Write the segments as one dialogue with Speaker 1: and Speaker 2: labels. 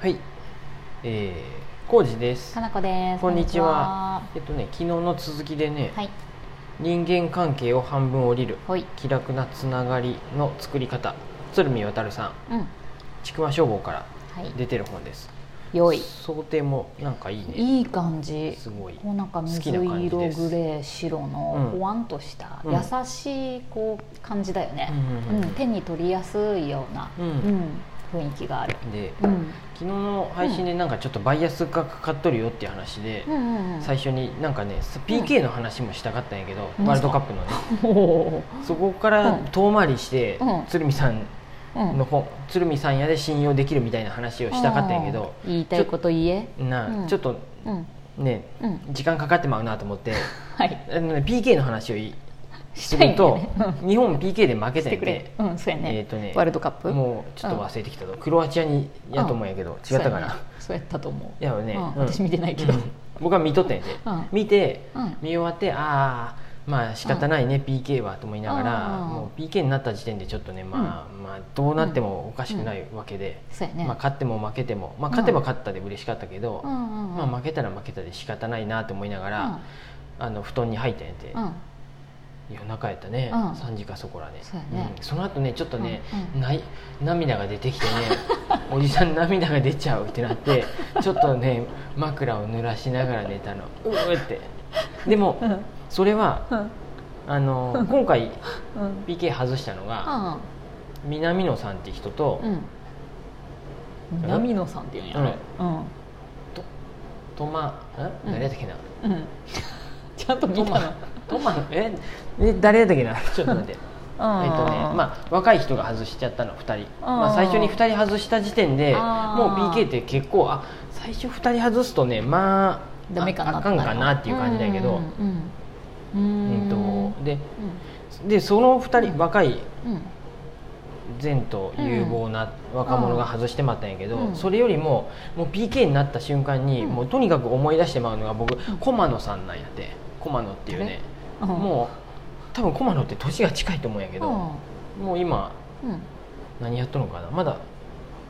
Speaker 1: はい、えー、浩二です
Speaker 2: か。なこです。
Speaker 1: こんにちは。えっとね、昨日の続きでね、
Speaker 2: こんにちは。はい。
Speaker 1: 人間関係を半分降りる
Speaker 2: ほい。
Speaker 1: 気楽なつながりの作り方、鶴見渡さん、
Speaker 2: うん。は
Speaker 1: ちくわ消防から
Speaker 2: い。
Speaker 1: 出てる本です。
Speaker 2: 良い。
Speaker 1: 想定もなんかいいね。
Speaker 2: いい感じ。
Speaker 1: すごい。
Speaker 2: こうなんか水
Speaker 1: 好きな感じ
Speaker 2: 色
Speaker 1: です
Speaker 2: グレー白の
Speaker 1: うん
Speaker 2: ほわんとした
Speaker 1: うん
Speaker 2: 優しいこう感じだよね
Speaker 1: う。
Speaker 2: うんん。手に取りやすいような
Speaker 1: うん
Speaker 2: う
Speaker 1: うん
Speaker 2: 雰囲気がある。
Speaker 1: ん。で、
Speaker 2: うん。
Speaker 1: 昨日の配信でなんかちょっとバイアスがかかっとるよっていう話で
Speaker 2: う、んうんうん。
Speaker 1: 最初になんかね、PK の話もしたかったんやけど、
Speaker 2: うん
Speaker 1: ワールドカップのね、
Speaker 2: おー
Speaker 1: そこから
Speaker 2: うん
Speaker 1: 遠回りして、
Speaker 2: うん
Speaker 1: 鶴見さん
Speaker 2: うん
Speaker 1: の本鶴見さんやで信用できるみたいな話をしたかったんやけど、
Speaker 2: うん言いたいこと言え。
Speaker 1: なあ
Speaker 2: うん
Speaker 1: ちょっと
Speaker 2: うん。
Speaker 1: ね
Speaker 2: うん。
Speaker 1: 時間かかってまうなと思 って
Speaker 2: はい。
Speaker 1: あの、ね、PK の話をいす
Speaker 2: したい
Speaker 1: る
Speaker 2: んだよ
Speaker 1: と、
Speaker 2: ね。
Speaker 1: 日本 PK で負
Speaker 2: う
Speaker 1: けたん
Speaker 2: んし
Speaker 1: や
Speaker 2: て
Speaker 1: ん
Speaker 2: くれ
Speaker 1: で。、
Speaker 2: うん。そうや
Speaker 1: えっ
Speaker 2: ね。
Speaker 1: とね
Speaker 2: ワールドカップ。
Speaker 1: もうちょっと忘れてきたと、クロアチアにやと思うんやけど、違ったかな、
Speaker 2: そうやねそうやったと思う。
Speaker 1: いやね、
Speaker 2: う
Speaker 1: う
Speaker 2: ん
Speaker 1: ん
Speaker 2: 私見てないけど
Speaker 1: うん僕は見とったんやで、
Speaker 2: うん
Speaker 1: 見て
Speaker 2: うん
Speaker 1: 見終わってああまあ仕方ないね、PK はと思いながら、
Speaker 2: うん
Speaker 1: もう PK になった時点でちょっとねまあ、まあどうなってもおかしくないわけで、
Speaker 2: そうやね。
Speaker 1: まあ、勝っても負けても、まあ、
Speaker 2: うん
Speaker 1: 勝てば勝ったで嬉しかったけど、
Speaker 2: うんうんうん
Speaker 1: まあ、負けたら負けたで仕方ないなと思いながら、あの布団に入ったんやて、
Speaker 2: うんうん
Speaker 1: 夜中やったね、
Speaker 2: うん
Speaker 1: 3時かそこらね
Speaker 2: そうや
Speaker 1: ん
Speaker 2: ね
Speaker 1: その後ねちょっとね、
Speaker 2: うん
Speaker 1: ない涙が出てき てねおじさん涙が出ちゃうってなってちょっとね枕を濡らしながら寝たのうーってでも、
Speaker 2: うん
Speaker 1: それは
Speaker 2: うん
Speaker 1: あの今回
Speaker 2: うん
Speaker 1: PK 外したのが、南野さんって人と、
Speaker 2: うん南野さんっていうんやろ
Speaker 1: とトマん
Speaker 2: うん
Speaker 1: 誰やったっけな、
Speaker 2: うんうん ちゃんと見
Speaker 1: ト
Speaker 2: た
Speaker 1: マ
Speaker 2: の
Speaker 1: トマええ誰やったっけなちょっと 待ってえっとねまあ、若い人が外しちゃったの2人、まあ、最初に2人外した時点でもう
Speaker 2: あー
Speaker 1: PK って結構あ最初2人外すとねまあ
Speaker 2: ダメかな
Speaker 1: ああかんかなっていう感じだけど、
Speaker 2: う
Speaker 1: う
Speaker 2: んう
Speaker 1: ん
Speaker 2: うん
Speaker 1: んとで
Speaker 2: うん
Speaker 1: でその2人若い
Speaker 2: うん
Speaker 1: 前と有望な若者が外してまったんやけど、
Speaker 2: うん
Speaker 1: それよりももう PK になった瞬間に、
Speaker 2: うん
Speaker 1: もうとにかく思い出してまうのが僕駒野さんなんやって駒野っていうね
Speaker 2: うん
Speaker 1: もう多分駒野って年が近いと思うんやけど、もう今
Speaker 2: うんうん
Speaker 1: 何やっとるのかなまだ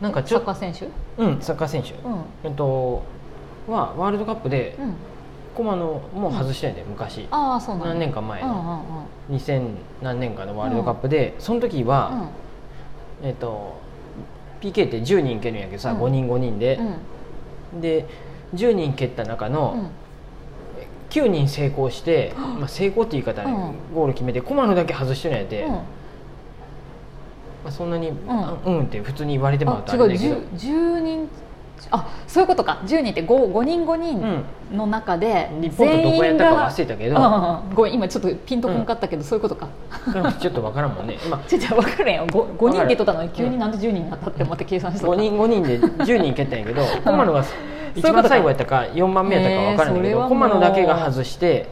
Speaker 1: なんかち
Speaker 2: サ
Speaker 1: ょ
Speaker 2: ッカー選手
Speaker 1: うん、サッカー選手、
Speaker 2: うん
Speaker 1: えっと、はワールドカップで
Speaker 2: うん
Speaker 1: 駒野も外したんやで昔
Speaker 2: ああそうなん
Speaker 1: 何年か前
Speaker 2: うんうん
Speaker 1: の2000何年かのワールドカップでその時
Speaker 2: うんうん
Speaker 1: は、えっと、PK って10人蹴るんやけどさ
Speaker 2: うん
Speaker 1: 5人5人で
Speaker 2: う、ん
Speaker 1: で10人蹴った中
Speaker 2: うん
Speaker 1: の9人成功して、まあ、成功って言い方ね、ゴール決めて駒野だけ外してるんやで、
Speaker 2: うん
Speaker 1: まあ、そんなに、あうんって普通に言われてもらうと
Speaker 2: あ
Speaker 1: あ
Speaker 2: 違う
Speaker 1: れだけど。
Speaker 2: 10 10人あそういうことか10人って 5, 5人5
Speaker 1: う
Speaker 2: 人
Speaker 1: ん
Speaker 2: の中で
Speaker 1: 日本とどこやったか忘れたけ
Speaker 2: 全員
Speaker 1: ど、
Speaker 2: がうんうんごめん今ちょっとピンとこんかったけど、そういうことか
Speaker 1: ちょっとわからんもんね、まあ、
Speaker 2: ちょっと分かるやん 5, 五人
Speaker 1: わかる
Speaker 2: ってとったのに急になんで10人になったって思って計算しと
Speaker 1: 5
Speaker 2: った
Speaker 1: 人5人で10人蹴ったんや けど駒野が一番最後やったか4番目やったかわからんけ
Speaker 2: えーそれ
Speaker 1: ど
Speaker 2: はもう
Speaker 1: 駒野だけが外して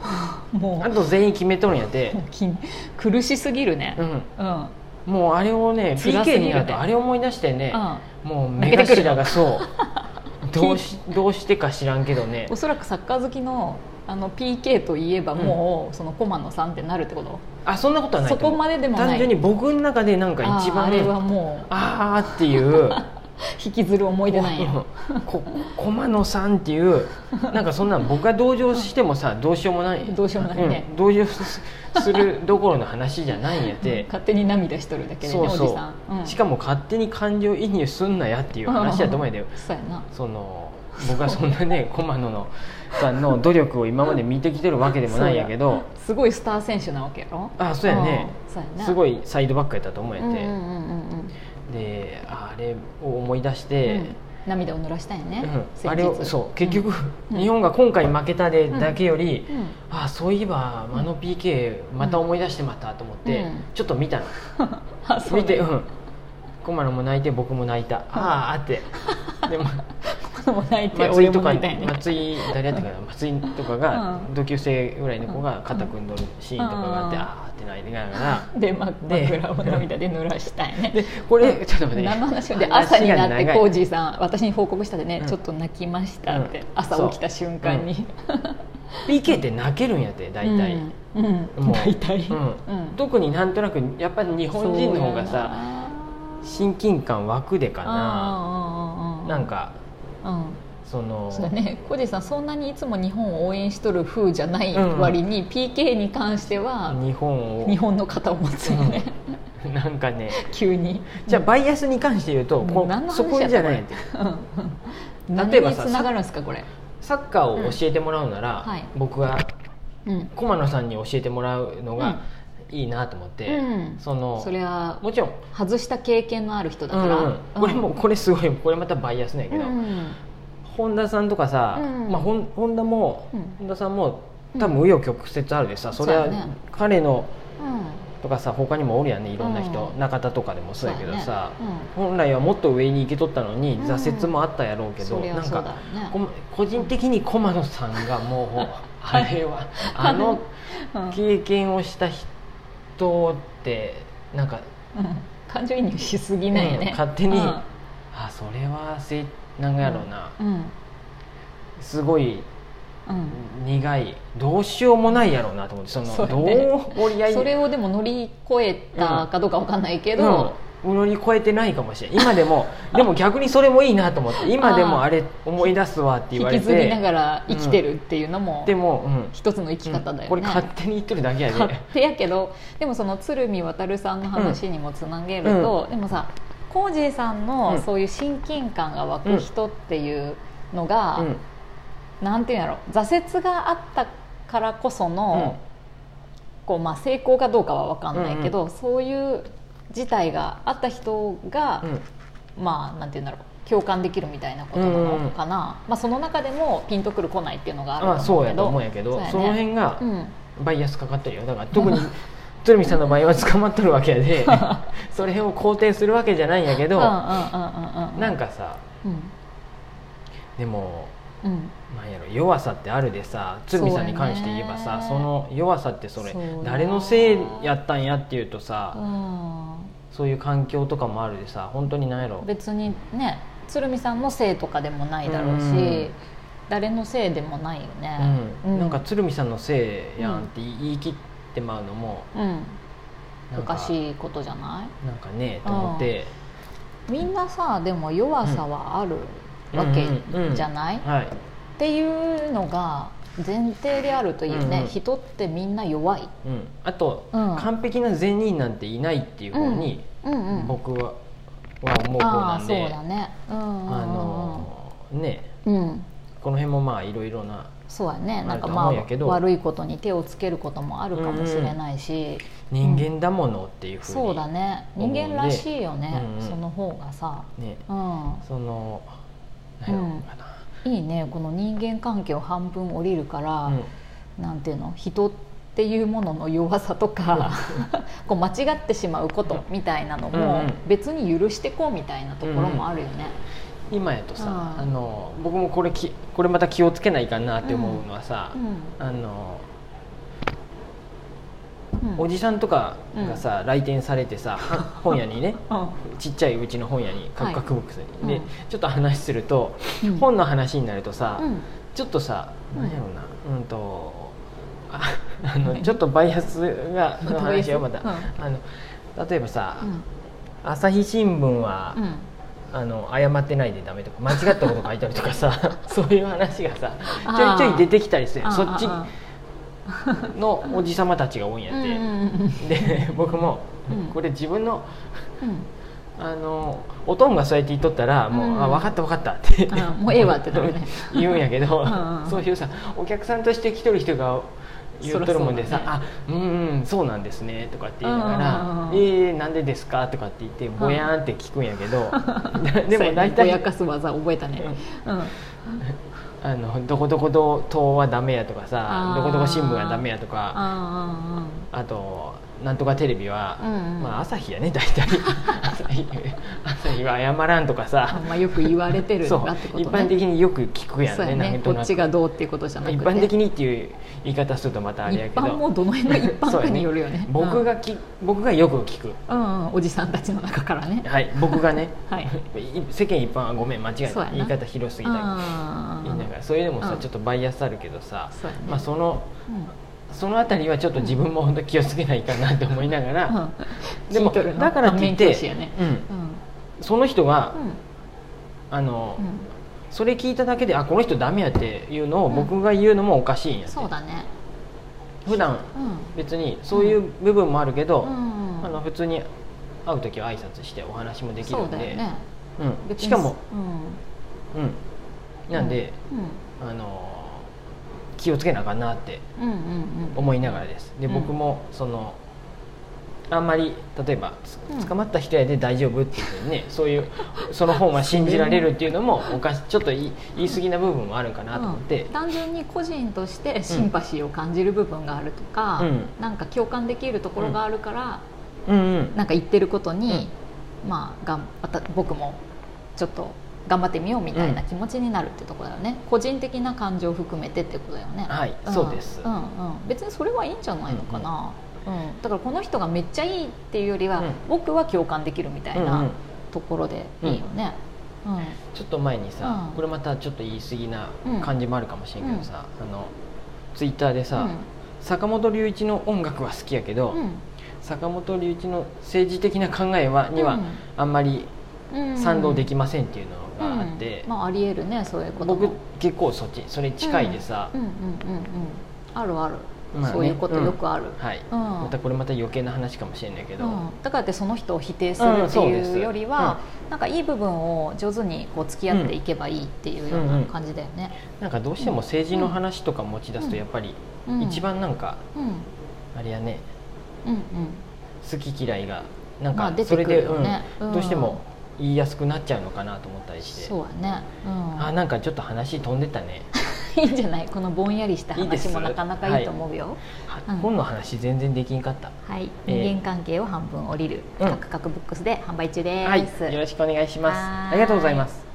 Speaker 2: も
Speaker 1: あ
Speaker 2: う
Speaker 1: と全員決めとるんやて
Speaker 2: も、うき苦しすぎるね
Speaker 1: うん、
Speaker 2: うん、うん
Speaker 1: もうあれをね
Speaker 2: 辛すぎるね
Speaker 1: PK になるとあれ思い出してねもう目
Speaker 2: 泣けてくる
Speaker 1: 頭がそうどうしどうしてか知らんけどね
Speaker 2: おそらくサッカー好きのあの PK といえばもう、その駒野さんってなるってこと
Speaker 1: あそんなことはないと思う
Speaker 2: そこまででもない
Speaker 1: 単純に僕の中でなんか一
Speaker 2: あーあ
Speaker 1: 番
Speaker 2: れはもう
Speaker 1: あーっていう。
Speaker 2: 引きずる思い出なんや
Speaker 1: うん こ駒野さんっていうなんかそんなん僕が同情してもさどうしようもない
Speaker 2: どうしようもないね
Speaker 1: うん同情すするどころの話じゃないんやて
Speaker 2: 勝手に涙しとるだけでね
Speaker 1: そう
Speaker 2: おじさ
Speaker 1: そ
Speaker 2: ん、うん、
Speaker 1: うしかも勝手に感情移入すんなやっていう話やと思うんやで
Speaker 2: そうやな
Speaker 1: その僕はそんなね 駒野のさんの努力を今まで見てきてるわけでもないんやけど
Speaker 2: すごいスター選手なわけやろ
Speaker 1: あそうやね
Speaker 2: うんそうやね
Speaker 1: すご
Speaker 2: い
Speaker 1: いサイドバックやったと思うん
Speaker 2: うんうんう
Speaker 1: や
Speaker 2: んうん
Speaker 1: てであれを思い出し
Speaker 2: う
Speaker 1: て
Speaker 2: ん涙を濡らしたんやね、
Speaker 1: うん、
Speaker 2: 先
Speaker 1: あ
Speaker 2: 日
Speaker 1: れをそう結局、
Speaker 2: うん
Speaker 1: 日本が今回負けたでだけより、
Speaker 2: うん
Speaker 1: あそういえばあの PK また思い出してまったと思って、
Speaker 2: うん
Speaker 1: ちょっと見たの、
Speaker 2: あそう
Speaker 1: 見てうん駒野も泣いて僕も泣いた、あーあって でま
Speaker 2: この泣いて
Speaker 1: 松
Speaker 2: 俺
Speaker 1: 井と
Speaker 2: も
Speaker 1: か
Speaker 2: 泣いたんやね
Speaker 1: 松井誰やったかな松井とかが
Speaker 2: うん
Speaker 1: 同級生ぐらいの子が肩組んどるシーンとかがあって、
Speaker 2: うん
Speaker 1: あーって泣いてながら。
Speaker 2: でま
Speaker 1: で
Speaker 2: 枕を涙で濡らしたんやね
Speaker 1: でこれちょっと待って
Speaker 2: 何の話で朝になっ
Speaker 1: 話が
Speaker 2: て
Speaker 1: 長い
Speaker 2: コージーさん私に報告したでね、
Speaker 1: うん
Speaker 2: ちょっと泣きましたって、
Speaker 1: うん
Speaker 2: 朝起きた瞬間に
Speaker 1: PK って泣けるんやって大体、
Speaker 2: うん、うん、
Speaker 1: もう
Speaker 2: 大体
Speaker 1: うん
Speaker 2: うん
Speaker 1: 特になんとなくやっぱり日本人の方が
Speaker 2: そうや
Speaker 1: さ
Speaker 2: な
Speaker 1: 親近感湧くでかな
Speaker 2: あ
Speaker 1: なんか
Speaker 2: うん
Speaker 1: その
Speaker 2: そうだね小路さんそんなにいつも日本を応援しとる風じゃない割に、PK に関しては
Speaker 1: 日本を
Speaker 2: 日本の肩を持つよね、
Speaker 1: なんかね
Speaker 2: 急に
Speaker 1: じゃあバイアスに関して言うと、
Speaker 2: うん
Speaker 1: こう
Speaker 2: 何の話
Speaker 1: そ
Speaker 2: やった
Speaker 1: こじゃないって
Speaker 2: うん何
Speaker 1: 例えば
Speaker 2: に
Speaker 1: さ
Speaker 2: つながるんですかこれ、
Speaker 1: サッカーを教えてもらうなら、
Speaker 2: うんはい
Speaker 1: 僕は
Speaker 2: うん、
Speaker 1: 駒野さんに教えてもらうのがいいなと思って、
Speaker 2: うん
Speaker 1: その
Speaker 2: それは
Speaker 1: もちろん、
Speaker 2: 外した経験のある人だ
Speaker 1: う
Speaker 2: か
Speaker 1: ん
Speaker 2: ら、
Speaker 1: うんこれもこれすごいこれまたバイアスなんや
Speaker 2: う
Speaker 1: け
Speaker 2: ん、う
Speaker 1: ど、
Speaker 2: ん
Speaker 1: 本田さんとかさ、
Speaker 2: うん
Speaker 1: まあ、ほん本田も、
Speaker 2: うん
Speaker 1: 本田さんも
Speaker 2: うん
Speaker 1: 多分紆余曲折あるでさ、それは
Speaker 2: そうやね
Speaker 1: 彼の
Speaker 2: うん
Speaker 1: とかさ他にもおるやんねいろんな人、
Speaker 2: うん
Speaker 1: 中田とかでもそうやけどさ、
Speaker 2: そうやね
Speaker 1: 本来はもっと上に行けとったのに
Speaker 2: うん
Speaker 1: 挫折もあったやろうけど、
Speaker 2: そり
Speaker 1: な
Speaker 2: ゃ
Speaker 1: ん
Speaker 2: そうだ
Speaker 1: か
Speaker 2: よ
Speaker 1: こ
Speaker 2: ね
Speaker 1: ま個人的に駒野さんがも うあれはあの
Speaker 2: うん
Speaker 1: 経験をした人ってなんか、
Speaker 2: うん感情移入しすぎないよ
Speaker 1: うん
Speaker 2: ね、
Speaker 1: 勝手に、
Speaker 2: うん
Speaker 1: あそれはせいなんかやろうな、
Speaker 2: うん
Speaker 1: すごい
Speaker 2: うん
Speaker 1: 苦いどうしようもないやろうなと思ってその
Speaker 2: そうや
Speaker 1: ど
Speaker 2: ね
Speaker 1: う折り合い
Speaker 2: それをでも乗り越えたかどうかわかんないけど、
Speaker 1: うん、乗り越えてないかもしれん今で もでも逆にそれもいいなと思って今でもあれ思い出すわって言
Speaker 2: 引
Speaker 1: われ
Speaker 2: き
Speaker 1: て
Speaker 2: ずりながら生きてるっていうのも
Speaker 1: でも、うんうん
Speaker 2: 一つの生き方だよね、
Speaker 1: これ勝手に言ってるだけやで、
Speaker 2: 勝手やけどでもその鶴見渡さんの話にもつなげると、でもさコージーさん
Speaker 1: うん
Speaker 2: のそういう親近感が湧く人っていうのが、
Speaker 1: うん
Speaker 2: なんていうんやろ挫折があったからこそ
Speaker 1: うん
Speaker 2: の、こうまあ、成功かどうかは分かんないけど、そういう事態があった人が、まあなんていうんだろう共感できるみたいなことなのかな、まあ、その中でもピンとくる来ないっていうのがある
Speaker 1: まあ
Speaker 2: と
Speaker 1: そ
Speaker 2: 思
Speaker 1: う
Speaker 2: うけ
Speaker 1: やと
Speaker 2: ど
Speaker 1: 思うんやけどそ
Speaker 2: そうやね
Speaker 1: の辺が
Speaker 2: うん
Speaker 1: バイアスかかってるよだから特に鶴見さんの場合は捕まっとるわけや でそれを肯定するわけじゃないんやけど、
Speaker 2: うんうんうんうんうん
Speaker 1: なんかさ
Speaker 2: うん
Speaker 1: でも
Speaker 2: うん
Speaker 1: なんやろ弱さってあるでさ鶴見さんに関して言えばさそ,、
Speaker 2: そうやね
Speaker 1: の弱さってそれ
Speaker 2: そうや
Speaker 1: 誰のせいやったんやっていうとさ、
Speaker 2: あ
Speaker 1: そういう環境とかもあるでさ本当になんやろ
Speaker 2: ー別にね鶴見さんのせいとかでもないだろうし、
Speaker 1: うん
Speaker 2: 誰のせいでもないよね、
Speaker 1: うん
Speaker 2: うん
Speaker 1: なんか鶴見さんのせいやんって言い切ってまうのも、
Speaker 2: うん
Speaker 1: なん
Speaker 2: おか
Speaker 1: い
Speaker 2: しいことじゃない
Speaker 1: なんかねと思って、
Speaker 2: みんなさでも弱さはあるわ
Speaker 1: うんうんうん
Speaker 2: けじゃない、っ
Speaker 1: はい
Speaker 2: ていうのが前提であるといいよね、
Speaker 1: うんうん
Speaker 2: 人ってみんな弱い、
Speaker 1: うん、あと、
Speaker 2: うん
Speaker 1: 完璧な善人なんていないっていう方に
Speaker 2: うんうん、
Speaker 1: 僕は,、は思う方
Speaker 2: ああ
Speaker 1: な
Speaker 2: ー
Speaker 1: ん
Speaker 2: そ
Speaker 1: で
Speaker 2: うだねうんうんうんうん
Speaker 1: あのーね
Speaker 2: うん
Speaker 1: この辺もまあいろいろな
Speaker 2: そうやね
Speaker 1: あ
Speaker 2: なん
Speaker 1: る
Speaker 2: か
Speaker 1: と
Speaker 2: ま
Speaker 1: 思うんや
Speaker 2: あ
Speaker 1: けど
Speaker 2: 悪いことに手をつけることもあるかもしれないし、
Speaker 1: 人間だものっていうふうに、
Speaker 2: そうだね
Speaker 1: 思うん
Speaker 2: 人
Speaker 1: で
Speaker 2: 間らしいよね、
Speaker 1: うんうん
Speaker 2: その方がさ、
Speaker 1: ね
Speaker 2: うん、
Speaker 1: その何やろうかな、
Speaker 2: いいねこの人間関係を半分降りるから、
Speaker 1: うん
Speaker 2: なんていうの人っていうものの弱さとか こう間違ってしまうことみたいなの
Speaker 1: うんう
Speaker 2: も
Speaker 1: ん
Speaker 2: 別に許してこうみたいなところもあるよね。
Speaker 1: 今やとさ、
Speaker 2: うん
Speaker 1: あの僕もこれきこれまた気をつけないかなって思うのはさ、あの
Speaker 2: うんうん
Speaker 1: おじさんとかがさ、来店されてさは 本屋にねちっちゃいうちの本屋にカ
Speaker 2: は
Speaker 1: ク
Speaker 2: い
Speaker 1: カクボックスに、
Speaker 2: うん
Speaker 1: でちょっと話すると、
Speaker 2: うん
Speaker 1: 本の話になるとさ、
Speaker 2: うん
Speaker 1: ちょっとさ
Speaker 2: うん
Speaker 1: 何やろうなうんとああのちょっとバイアスがの話よま
Speaker 2: バイ
Speaker 1: た、
Speaker 2: アス
Speaker 1: あの例えばさ、
Speaker 2: うん
Speaker 1: 朝日新聞は、
Speaker 2: うん
Speaker 1: あの謝ってないでダメとか間違ったこと書いたりとか さそういう話がさ
Speaker 2: あー
Speaker 1: ちょいちょい出てきたりして
Speaker 2: ああ
Speaker 1: そっち
Speaker 2: あ
Speaker 1: のおじさまたちが多いんや
Speaker 2: あう
Speaker 1: っ
Speaker 2: ん
Speaker 1: て、
Speaker 2: うんうん
Speaker 1: で僕も、
Speaker 2: うん
Speaker 1: これ自分の
Speaker 2: うん
Speaker 1: あのおとんがそうやって言っとったらもう「
Speaker 2: うん
Speaker 1: あ分かった分かった」って
Speaker 2: あもうええわってなるね
Speaker 1: 言うんやけど
Speaker 2: うんうん
Speaker 1: そういうさお客さんとして来とる人が言っとるもんでさ「
Speaker 2: そりゃ
Speaker 1: あうんうんそうなんですね」とかって言いなが
Speaker 2: うんうん
Speaker 1: ら「
Speaker 2: うん
Speaker 1: えー、なんでですか?」とかって言ってぼやーんって聞くんやけ ど で
Speaker 2: そうや
Speaker 1: も
Speaker 2: ね
Speaker 1: 大体、
Speaker 2: ぼやかす技覚えたね。うん
Speaker 1: あのどこどこど党はダメやとかさ
Speaker 2: あー
Speaker 1: どこどこ新聞はダメやとか
Speaker 2: あ
Speaker 1: あとなんとかテレビは、
Speaker 2: うんうん
Speaker 1: まあ朝日やね大体 朝日朝日は謝らんとか
Speaker 2: ああ
Speaker 1: さ
Speaker 2: まあよく言われてるん
Speaker 1: そう
Speaker 2: だってことね。
Speaker 1: 一般的によく聞くやん
Speaker 2: そう
Speaker 1: ね
Speaker 2: や
Speaker 1: なん
Speaker 2: ね。
Speaker 1: と
Speaker 2: こ
Speaker 1: な
Speaker 2: っ
Speaker 1: く
Speaker 2: ちがどうっていうことじゃなくて。
Speaker 1: 一般的にっていう言い方するとまたあれや
Speaker 2: 一
Speaker 1: けど
Speaker 2: 般もどの辺が一般かによるよね。
Speaker 1: そうや僕がき僕がよく聞く
Speaker 2: うん、うんうんおじさんたちの中からね。
Speaker 1: はい僕がね
Speaker 2: はい。
Speaker 1: 世間一般はごめん間違え
Speaker 2: そう
Speaker 1: た
Speaker 2: や
Speaker 1: 言
Speaker 2: な
Speaker 1: い方広すぎたけど
Speaker 2: あ
Speaker 1: 言いなが
Speaker 2: あ
Speaker 1: らそれでもさ
Speaker 2: うん
Speaker 1: ちょっとバイアスあるけどさ
Speaker 2: そうやね
Speaker 1: まあその
Speaker 2: うん
Speaker 1: そのあたりはちょっと自分も本当気をつけないかなって思いなが
Speaker 2: う
Speaker 1: ら、
Speaker 2: ん
Speaker 1: でも
Speaker 2: 聞いとるな
Speaker 1: だからといって
Speaker 2: 反面教師やね
Speaker 1: うん
Speaker 2: うん
Speaker 1: その人があの、
Speaker 2: うん
Speaker 1: それ聞いただけであこの人ダメやっていうのを僕が言うのもおかしいんやって、
Speaker 2: そうだね
Speaker 1: 普段
Speaker 2: うん
Speaker 1: 別にそういう部分もあるけど、
Speaker 2: うん
Speaker 1: あの普通に会う時は挨拶してお話もできる
Speaker 2: そ
Speaker 1: ん
Speaker 2: う
Speaker 1: で
Speaker 2: だよね
Speaker 1: うん、
Speaker 2: 別に
Speaker 1: しかも、
Speaker 2: うん
Speaker 1: うん、なんで、あの気をつけなあかんなって
Speaker 2: うんうんうんうん
Speaker 1: 思いながらですで
Speaker 2: うん
Speaker 1: 僕もそのあんまり例えばつ
Speaker 2: うん
Speaker 1: 捕まった人やで大丈夫っていうふうにね、そういうその方が信じられるっていうのもおかしちょっと言い言い過ぎな部分もあるかなと思って
Speaker 2: うん、単純に個人としてシンパシーを感じる部分があるとか、
Speaker 1: うん
Speaker 2: なんか共感できるところがあるから、
Speaker 1: うんうん
Speaker 2: なんか言ってることに、まあ、がんまた僕もちょっと頑張ってみようみたいな気持ちになるってところだよね、個人的な感情を含めてってことだよね
Speaker 1: はい
Speaker 2: ん
Speaker 1: そうです
Speaker 2: うんうん、別にそれはいいんじゃないのかな、うんだからこの人がめっちゃいいっていうよりは、
Speaker 1: うん
Speaker 2: 僕は共感できるみたい
Speaker 1: うんう
Speaker 2: なんところでいいよね、うん
Speaker 1: ちょっと前にさ、
Speaker 2: うん
Speaker 1: これまたちょっと言い過ぎな感じもあるかもしれんけどさ、あのツイッターでさ、坂本龍一の音楽は好きやけど、
Speaker 2: うん
Speaker 1: 坂本龍一の政治的な考えはにはあんまり
Speaker 2: うん
Speaker 1: 賛同できませんっていうのがあって、
Speaker 2: うんまあ、ありえるねそういうことも
Speaker 1: 僕結構そっちそれ近いでさ、
Speaker 2: うんうんうんうんあるある、
Speaker 1: まあね
Speaker 2: そういうことよくある、
Speaker 1: はい、
Speaker 2: うん
Speaker 1: またこれまた余計な話かもしれないけど、
Speaker 2: うんだからってその人を否定する
Speaker 1: うん
Speaker 2: って
Speaker 1: そうで
Speaker 2: い
Speaker 1: す
Speaker 2: うよりは、なんかいい部分を上手にこう付き合っていけばいいっていうよう
Speaker 1: うん
Speaker 2: な
Speaker 1: うん
Speaker 2: 感じだよね、
Speaker 1: なんかどうしても政治の話とか持ち出すとやっぱり
Speaker 2: うん
Speaker 1: 一番なんか
Speaker 2: うんうん
Speaker 1: あれやね
Speaker 2: うん
Speaker 1: 好き嫌いがなん
Speaker 2: まあ
Speaker 1: か
Speaker 2: 出
Speaker 1: そ
Speaker 2: て
Speaker 1: れ
Speaker 2: く
Speaker 1: で、
Speaker 2: るよね
Speaker 1: うん
Speaker 2: うん
Speaker 1: どうしても言いやすくなっちゃうのかなと思ったりして、
Speaker 2: そうやね、うん、
Speaker 1: あなんかちょっと話飛んでたね
Speaker 2: いいんじゃないこのぼんやりした
Speaker 1: いいです
Speaker 2: 話もなかなかいいと思うよ
Speaker 1: は
Speaker 2: うん
Speaker 1: 本の話全然できんかった、
Speaker 2: はい、
Speaker 1: えー
Speaker 2: 人間関係を半分降りる、
Speaker 1: うん
Speaker 2: カクカクブックスで販売中です、
Speaker 1: はいよろしくお願いします
Speaker 2: はーい
Speaker 1: ありがとうございます